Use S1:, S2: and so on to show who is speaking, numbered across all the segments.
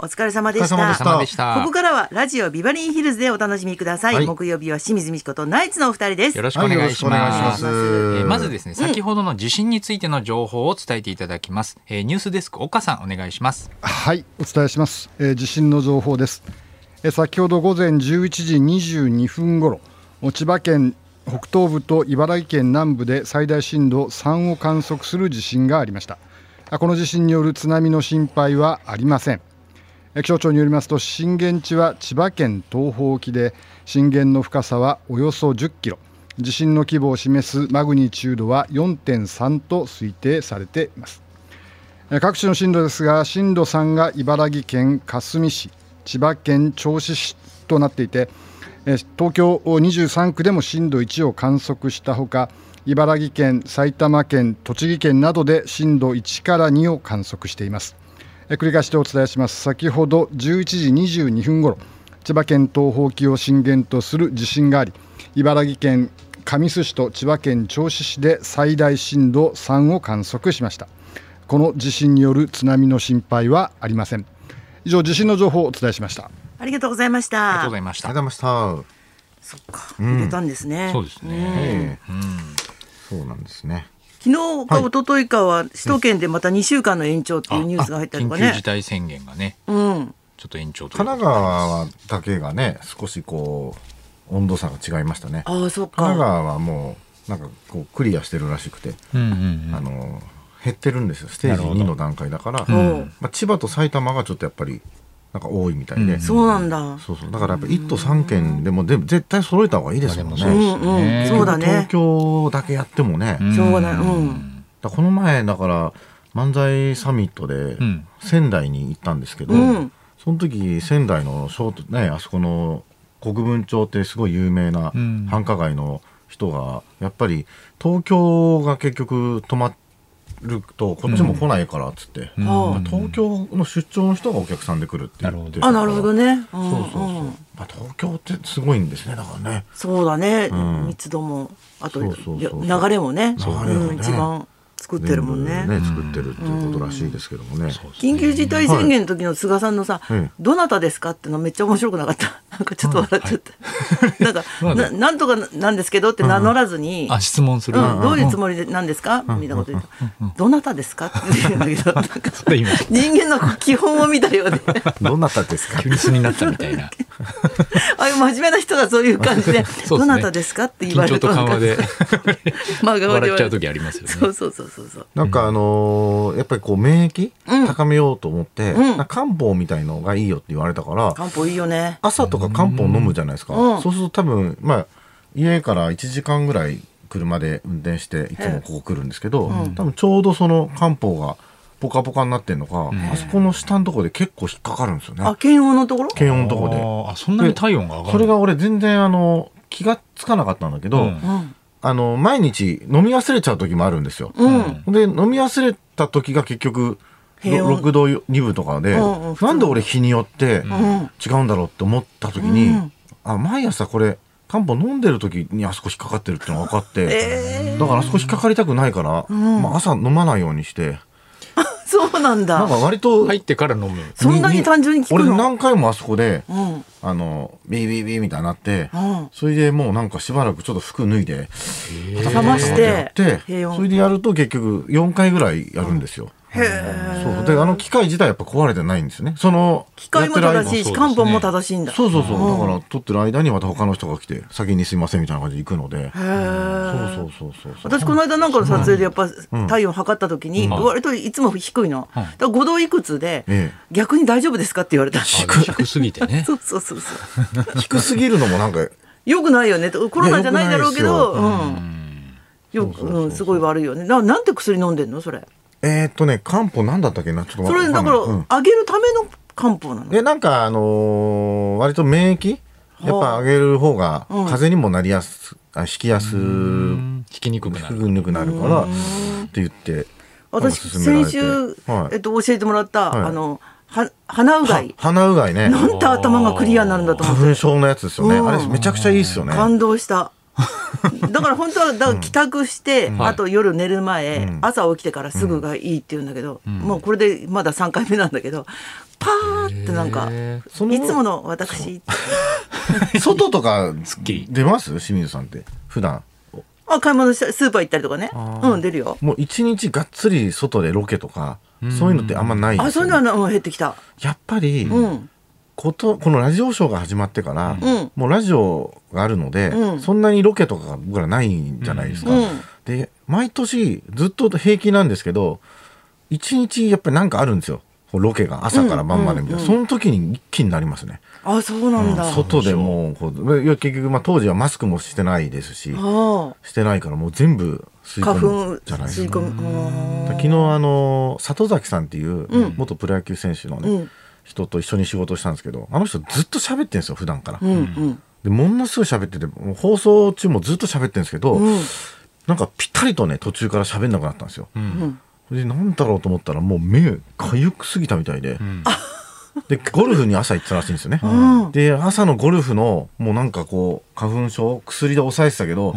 S1: お疲れ様でした
S2: お疲れ様でした
S3: 様でした。
S1: ここからはラジオビバリーヒルズでお楽しみください、
S2: はい
S1: 木曜日は清水美智子とナイツのお二人です
S3: よろしくお願いしま
S2: はい
S3: す。
S2: よろしくお願いします
S3: えーまずですね、先ほどの地震についての情報を伝えていただきます。えーニュースデスク岡さんお願いします。
S2: はい、お伝えします、えー地震の情報です、えー先ほど午前11時22分ごろ千葉県北東部と茨城県南部で最大震度3を観測する地震がありましたあこの地震による津波の心配はありませんえー気象庁によりますと震源地は千葉県東方沖で震源の深さはおよそ10キロ地震の規模を示すマグニチュードは4.3と推定されていますえー各地の震度ですが震度3が茨城県かすみ市千葉県銚子市となっていてえー東京23区でも震度1を観測したほか茨城県、埼玉県、栃木県などで震度1から2を観測していますえー繰り返してお伝えします先ほど11時22分ごろ千葉県東方沖を震源とする地震があり茨城県神栖市と千葉県銚子市で最大震度3を観測しましたこの地震による津波の心配はありません以上地震の情報をお伝えしました
S1: ありがとうございまし
S3: ありが
S1: た
S3: とうございまし
S4: あ
S3: た
S4: りが。とうございまし
S1: そっか入れたんですね、
S3: そうです
S4: た。
S3: ね。
S4: ええそうなんですね。
S1: 昨日か一昨日かは首都圏でまた2週間の延長っていうニュースが入ったりとか
S3: 緊急
S1: ね
S3: 事態宣言がね、
S1: うん
S3: ちょっと延長という
S4: 神
S3: ことで
S4: 奈川だけがね、少しこう、温度差が違いましたね。神
S1: ああそっ
S4: 奈
S1: か
S4: 川はもう、なんかこう、クリアしてるらしくて、
S3: うんうんうん
S4: あの、減ってるんですよ。ステージ2の段階だから、
S1: う
S4: ま
S1: ん
S4: あ、千葉と埼玉がちょっとやっぱり、なんか多いみたいで。
S1: そうなんだ
S4: そうそうだからやっぱ1都3県でもで絶対揃えた方がいいですもんね。
S1: うんうんそうだね
S4: 東京だけやってもね、
S1: しょうがないうん
S4: だこの前だから漫才サミットで
S3: ん
S4: 仙台に行ったんですけど、
S1: うん
S4: その時仙台のショートねあそこの国分町ってすごい有名な
S3: うん
S4: 繁華街の人がやっぱり東京が結局泊まるとこっちも来ないからっつって、
S3: ん
S1: ああ
S4: 東京の出張の人がお客さんで来るって言ってた
S1: あなるほどねうん
S4: そうそうそう、
S1: う
S4: や
S1: ん
S4: っぱ東京ってすごいんですねだからね
S1: そうだね
S4: ん
S1: 密度もあと
S4: そうそうそう
S1: よ流れもね
S4: 流れもね
S1: うん一番作ってるもんね
S4: 全部作ってるっていうことらしいですけどもね、
S1: 緊急事態宣言の時の菅さんのさ
S4: うん
S1: 「どなたですか?」ってのめっちゃ面白くなかった なんかちょっと笑っちゃったなんかななんとかなんですけど」って名乗らずに
S3: あ、質問する。
S1: うん、どういうつもりでなんですか、みたいなこと言った、どなたですかって言うんだけど、なんか
S3: ちょっと今、
S1: 人間のこう基本を見たようで、
S4: どなたですか
S3: 急に素になったみたいな。
S1: ああいう真面目な人がそういう感じで、
S3: そ
S1: ど
S3: うですね
S1: なたですかって言われ
S3: 緊張
S1: る
S3: と緩和 で
S1: 真顔で言われ
S3: 笑
S1: る
S3: っちゃう時ありますよ
S1: そ
S3: ね。
S1: うそうそうそうそう。
S4: なんかあのーやっぱりこう免疫、
S1: うん
S4: 高めようと思って、
S1: ん
S4: なんか漢方みたいのがいいよって言われたから、
S1: 漢方いいよね。
S4: 朝とか漢方飲むじゃないですか、
S1: うん
S4: そうすると多分まあ家から1時間ぐらい車で運転していつもここ来るんですけど、多分ちょうどその漢方がポカポカになってんのか、あそこの下のところで結構引っかかるんですよね
S1: あ、検温のところ
S4: 検温のところで。
S3: あーあ、そんなに体温が上がる。
S4: それが俺全然あの気がつかなかったんだけど、
S3: うん
S1: うん。
S4: あの毎日飲み忘れちゃう時もあるんですよ。
S1: うん。
S4: で飲み忘れた時が結局
S1: 平
S4: ろ
S1: 穏
S4: 6度2分とかで、
S1: うんうん普通
S4: なんで俺日によって
S1: ん
S4: 違うんだろうって思った時に、
S1: うん
S4: あ毎朝これ漢方飲んでる時にあそこ引っかかってるってのが分かって、
S1: え
S4: だからあそこ引っかかりたくないから、まあ、朝飲まないようにして
S1: ー、そうなん
S4: な
S1: だ。
S4: んか割と、
S3: 入ってから飲む。
S1: そんなに単純に効く
S4: 俺
S1: の
S4: 何回もあそこで、
S1: うん。うん。
S4: あのビービービーみたいになって、
S1: あ
S4: それでもうなんかしばらくちょっと服脱いで
S1: 冷まして
S4: やって
S1: 平穏
S4: それでやると結局4回ぐらいやるんですよ。そうであの機械自体やっぱ壊れてないんですよねその
S1: 機械も
S4: やってる
S1: 正
S4: 間
S1: しいし、
S3: そうですね
S1: 漢方も正しいんだ。
S4: そうそうそう、だから撮ってる間にまた他の人が来て先にすいませんみたいな感じで行くので
S1: へー
S4: そうそうそうそう
S1: 私この間なんかの撮影でやっぱ体温測った時に割といつも低いの、だから5度いくつで
S4: ええ
S1: 逆に大丈夫ですかって言われた
S3: あ低すぎて ね
S1: そ。うそうそうそう
S4: 低すぎるのもなんか
S1: よくないよねとコロナじゃないんだろうけど
S4: い
S1: うんよくうんすごい悪いよねななんて薬飲んでんのそれ
S4: えー、っとね漢方なんだったっけなちょっとわ
S1: それだ
S4: わ
S1: か
S4: ん
S1: ら
S4: ないうん
S1: 上げるための漢方なの
S4: えなんかあのー割と免疫やっぱ上げる方が
S1: うん
S4: 風邪にもなりやすあ引きやす
S3: うんひき肉くな
S4: す
S3: る。
S4: ぐぬくなるからって言って
S1: 私
S4: 勧められ
S1: 先
S4: て
S1: 週
S4: はい
S1: えっと教えてもらった
S4: はい
S1: あのは鼻うが
S4: はい鼻うがいね
S1: なんて頭がクリアになるんだと思っ
S4: 花粉
S1: て
S4: 症のやつですよね
S1: うん
S4: あれめちゃくちゃいいですよね
S1: 感動しただから本当はだから帰宅して、
S3: はい
S1: あと夜寝る前、
S4: うん
S1: 朝起きてからすぐがいいって言うんだけど、もうこれでまだ3回目なんだけどパーってなんか
S3: へ
S1: い
S3: ー
S1: つ
S4: その
S1: もの私
S4: 外とか
S3: すっきり
S4: 出ます清水さんって普段
S1: あ買い物したりスーパー行ったりとかねうん出るよ
S4: もう一日がっつり外でロケとかそういうのってあんまないん
S1: あ
S4: です
S1: そう
S4: よ
S1: いう
S4: ね
S1: のはなもう減ってきた
S4: やっぱり、
S1: うん
S4: ことこのラジオショーが始まってから、
S1: うん
S4: もうラジオがあるので、
S1: うん
S4: そんなにロケとかが僕らないんじゃないですか。
S1: うん
S4: で毎年ずっと平気なんですけど一日やっぱりなんかあるんですよこうロケが朝から晩までみたいな、
S1: うん
S4: その時に一気になりますね。
S1: あそうなんだ、
S4: 外でもうこうで結局まあ当時はマスクもしてないですし
S1: あ
S4: してないからもう全部吸い
S1: あ花
S4: 込む
S1: 粉
S4: じゃないです
S1: 吸い
S4: か。
S1: 込む
S4: 昨日あの里崎さんっていう
S1: うん
S4: 元プロ野球選手のね、
S1: うん
S4: 人と一緒に仕事したんですけどあの人ずっと喋ってるんですよ普段から、
S1: うんうん
S4: でものすごい喋っててもう放送中もずっと喋ってるんですけど、
S1: うん
S4: なんかぴったりとね途中から喋んなくなったんですよ、
S1: うん
S4: でなんだろうと思ったらもう目かゆくすぎたみたいで、
S3: ん
S4: でゴルフに朝行ってたらしいんですよね、
S1: うん
S4: で朝のゴルフのもうなんかこう花粉症薬で抑えてたけど、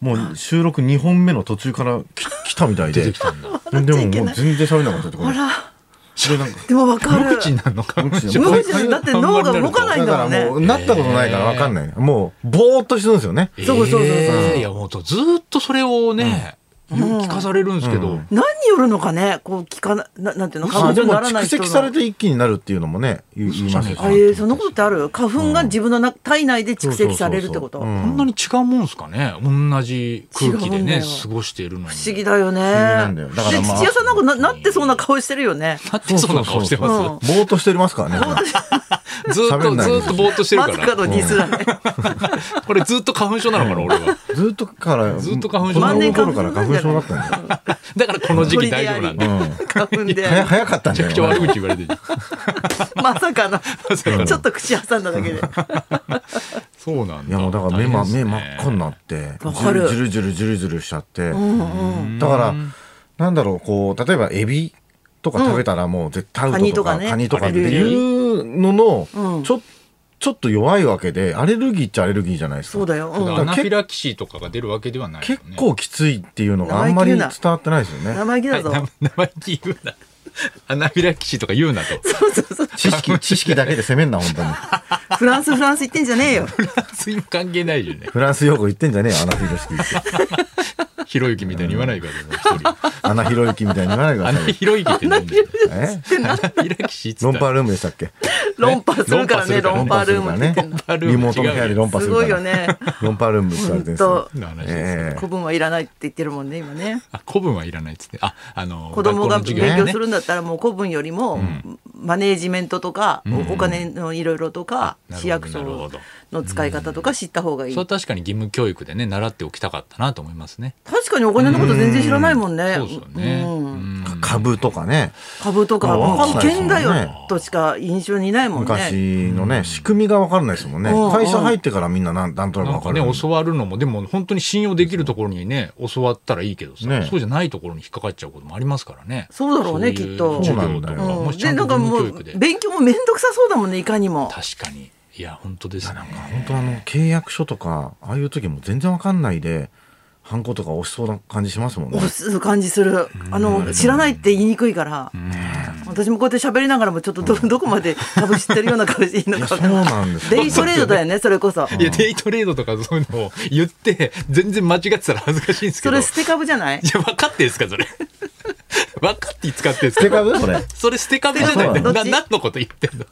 S4: もう収録2本目の途中からき来たみたいで
S3: 出てきたんだ。
S4: ででももう全然喋れなかったってこ
S1: あ
S4: とで
S1: ら
S4: でなんか
S1: でもわかる
S3: 無口な のかもしれない。
S1: 無口なのだって脳が動かないんだもんね
S4: だからもうなったことないから分かんない、もうぼーっとしてるんですよね、
S1: そうそうそうそう
S3: えーいや、もうずっとそれをね、よく聞かされるんですけど。
S1: 何によるのかねこう聞かなななんていうの花
S4: あ
S1: 粉
S4: で
S1: 症に
S4: も
S1: ならない
S4: 蓄
S1: 人の
S4: 積されて一気になるっていうのもね言い言いますよ
S3: そうじゃ
S1: あ
S3: ない
S1: えーそんなことってある花粉が自分のな体内で蓄積されるってこと
S4: そうそうそうそう
S1: 不
S4: うん
S3: こんなに違うもんですかね同じ空気
S1: 違う
S3: で
S1: んだ
S3: ね
S1: よ
S3: 過ごしているのに
S1: 思議だよね
S4: なんだよだからまあ
S1: で土屋さんなんかななってそうな顔してるよね
S3: なってそうな顔して
S1: そうそう
S3: ま
S1: そ
S4: ぼーっとしてますからね
S3: すずっ
S4: 喋
S3: と
S4: んない
S3: ずっとぼーっとしてる
S1: ま
S3: か
S1: さからのディスだね
S3: これずっと花粉症なのかな俺は
S4: ずっとから
S3: ずっと花粉症
S4: 子供の頃から花粉症だっ たんだよ、
S3: だからこの時期大丈夫なん
S4: う
S3: だめ
S4: ん、
S1: 花粉で
S4: 早早かったんじ
S3: ち
S4: ゃ
S3: ゃ
S4: な
S3: く
S4: いか
S3: ちゃ
S4: な
S3: 悪口言われてる
S1: まさかの
S3: さかの
S1: ちょっと口挟んだだけで
S3: そうなん
S4: い
S3: だ
S4: やもうだから目,、ま、
S3: 大変
S4: 目
S3: ですね
S4: 真っ赤になって
S1: わかる
S4: ジュルジュルジュルジュルジュルしちゃって、
S1: うんうん
S4: だからなんだろうこう例えばエビとか食べたらもう絶対アウトとか、
S1: カニとかね
S4: カニとかっていうのの、
S1: うん
S4: ちょちょっと弱いわけでアレルギーっちゃアレルギーじゃないですか
S1: そうだよ、うん
S3: アナフィラキシーとかが出るわけではないよ
S4: 結
S3: ね
S4: 構きついっていうのがあんまり伝わってないですよね
S1: 生意気だぞ、
S3: はいな 生意気言うなアナフィラキシーとか言うなと
S1: そうそうそう
S4: 知識知識だけで攻めんな本当に
S1: フランスフランス行ってんじゃねえよ
S3: 全然関係ないよね
S4: フランス用語言ってんじゃねえよアナフィロシキーって
S3: ひろゆきみたいに言わないからねもう一人
S4: アナヒロユキみたいに言わないでく
S3: ア
S4: だ
S3: ナ
S4: さいよ
S3: ひろゆきってなんだよ
S4: え
S3: アナフィラキシーっつ
S4: ロ
S3: っ
S4: ン
S3: たら
S4: パールームでしたっけ
S1: 論破するからね論
S3: 論
S1: 破
S4: 破す
S1: ルー
S4: る
S1: ム
S4: か
S1: って
S4: ら
S1: 言ってん
S4: ね
S1: だ
S3: パールーム
S4: リモートの部屋でロンパす
S1: す
S4: るか
S1: ご
S4: ら
S1: いよね
S4: ロンパールームって言われてるんですよ
S1: 本
S3: な話ですけど
S4: え
S1: 古文はいらないって言ってるもんね今ね
S3: あ古文はいらないっつってああの
S1: 子供が勉
S3: 学校
S1: 強
S3: の授
S1: す
S3: 業ね
S1: るんだったらもう古文よりもマネージメントとかおお金のいろいろとか
S3: なるほど
S1: 市役
S3: なるほ
S1: 所
S3: ど
S1: の使い方とか知った方がいい
S3: それは確かに義務教育でね習っておきたかったなと思いますね
S1: 確かにお金のこと全然知らないもんね
S3: そうですよね
S1: うん
S3: うん
S4: え株とかね
S1: 株とか
S4: うん
S1: もう危険だ
S4: わかんないですもん
S1: よ
S4: ね
S1: としか印象にないもんね
S4: 昔のね仕組みが分かんないですもんね
S1: うん
S4: 会社入ってからみんななんなんとなく
S3: な
S4: 分
S3: ん
S4: か
S3: か
S4: る
S3: ね教わるのもでも本当に信用できるところにね教わったらいいけどさ、
S4: ね
S3: そうじゃないところに引っかかっちゃうこともありますからね
S1: そうだろうね
S3: そい
S1: きっと
S3: 授業と
S4: そ
S3: か
S4: うなんだよ
S3: も
S1: う
S3: し
S1: ん
S3: ちゃ
S1: で
S3: ん
S1: な
S3: と
S1: んか
S3: 義務
S1: も
S3: 教育
S1: う
S3: で
S1: 勉強も面倒くさそうだもんねいかにも
S3: 確かにいや本当ですね
S4: 本当あの契約書とかああいう時も全然分かんないでハンコとか押しそうな感じしますもんね
S1: 押す感じするあの知らないって言いにくいから私もこうやって喋りながらもちょっとどどこまで株知ってるような顔していいの
S4: いや
S1: か
S4: そう
S1: 分かんない
S4: なんですよ
S1: デイトレードだよねそれこそ
S3: いやデイトレードとかそういうのを言って全然間違ってたら恥ずかしいんですけ
S1: そ
S3: ど
S1: れ捨て株じゃない
S3: いや分かってんですかそれ 分かって使ってんです
S4: 捨て
S3: か
S4: 株それ
S3: それ捨て株じゃない
S1: ど
S3: の
S1: っち
S3: な何のこと言ってんの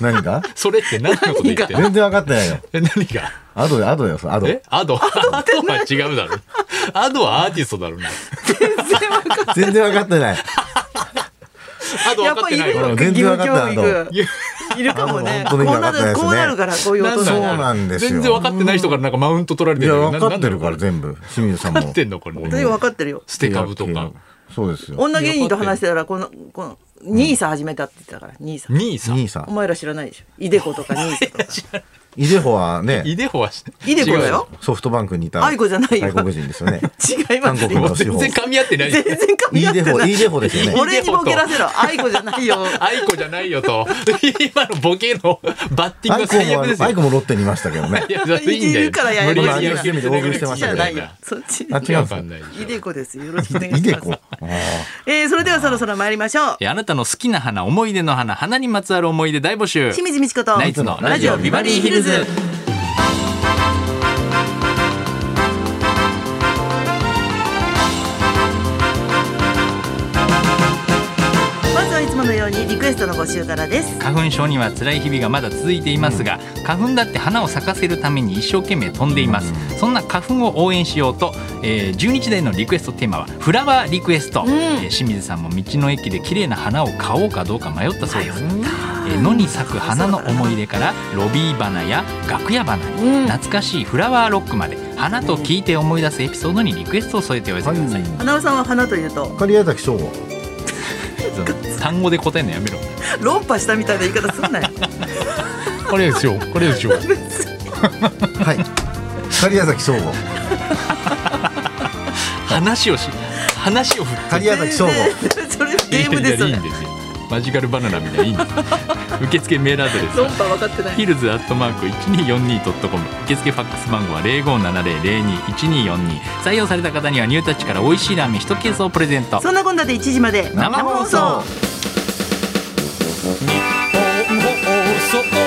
S4: 何が
S3: それって何のこと言ってんの
S4: 全然分かってないよ
S3: え何が
S4: アドでアドよそれアド
S3: え アドアドは違うだろ。アドはアーティストだろうな。
S4: 全然分かってない
S3: アド
S1: やっ
S3: 分か
S1: ぱ
S3: っ
S1: い
S3: てない
S1: る
S3: よ。
S1: よ
S4: 分
S1: 義
S4: 全然
S1: 務
S4: わ
S1: 教
S4: かんない
S1: 育
S3: いや
S1: いるかもね
S4: あ
S1: こ
S4: の
S1: う
S4: 本当
S1: な
S4: に意味わか
S1: ん
S4: ないです
S1: る
S4: ね
S1: こうなるからこういう大人
S4: そう
S1: が
S4: なんですよ
S3: 全然分かってない人からなんかマウント取られ
S4: い
S3: て
S4: や
S3: る。
S4: 分かってる
S3: な
S4: から
S3: んだろ
S4: 全部清水さん
S3: う
S4: も
S3: 分かってんのこれ。
S1: 本当に分かってるよ
S3: 捨て株とか。
S4: そうですよ
S1: 女芸人と話してたらこのこのニーサ始めたって言ってたからニーサ
S3: 兄さん。
S4: 兄さ
S1: お
S4: ん
S1: 前ら知らないでしょイデコとかニーサとか
S4: イデホはね、
S3: イデホはし
S1: イデホだよ。
S4: ソフトバンクにいた
S1: アイコじゃないよ
S4: 外国人ですよね。
S1: 違います
S4: 韓国
S3: 違う
S1: よ
S3: もう全然噛み合ってない。
S1: 全然噛み合ってない
S4: イデホイデホですよね
S1: 俺にボケらせろ愛子じゃないよ
S3: アイコじゃないよと。 今のボケのバッティン
S4: アイコ
S3: グが
S4: も
S3: 最悪です
S4: ア
S3: よ
S4: イ。コもロッテにいましたけどね
S3: い。やそれいいんだよ
S1: いるからやや
S3: 無
S1: こ
S3: 理
S1: しい
S3: やりや
S4: 今 RCM で大食いしてまし
S1: じ
S4: た
S1: ゃ
S4: けど
S1: ないよそっち
S4: あ違うん
S3: わ
S4: です
S3: か
S4: か
S3: んないでしょ
S1: イデコですよろしくお願い
S4: イ
S1: し
S4: デ
S1: ます
S4: コ。あ
S1: えーそれではそろそろ参りましょう
S3: えあなたの好きな花、思い出の花、花にまつわる思い出大募集。
S1: 清水美智子と
S3: ナイツのラジオビバリーヒルズ。
S1: まずはいつものようにリクエストの募集からです
S3: 花粉症には辛い日々がまだ続いていますが、花粉だって花を咲かせるために一生懸命飛んでいます、そんな花粉を応援しようと、えー、12時台のリクエストテーマはフラワーリクエスト、
S1: うん
S3: えー清水さんも道の駅で綺麗な花を買おうかどうか迷ったそうです、えー野に咲く花の思い出からロビー花や楽屋花に、
S1: うん
S3: 懐かしいフラワーロックまで花と聞いて思い出すエピソードにリクエストを添えてお寄せください、
S4: い。
S1: 花尾さんは花というと
S4: 狩矢崎翔吾。
S3: その単語で答えるのやめろ
S1: 論破したみたいな言い方すんなよ
S3: これですよこれですよ
S4: はい。狩矢崎翔吾。
S3: 話をし話を振って
S4: 狩矢崎翔吾。
S1: それゲームですよ
S3: いや
S1: ね
S3: いいんですよマジカルバナナみたいないいんですよ受付メールアドレス
S1: 論
S3: は
S1: 破分かってない
S3: ヒルズアットマーク 1242.com 受付ファックス番号は0570021242採用された方にはニュータッチから美味しいラーメン1ケースをプレゼント
S1: そんなこんなで1時まで
S3: 生放送日本放送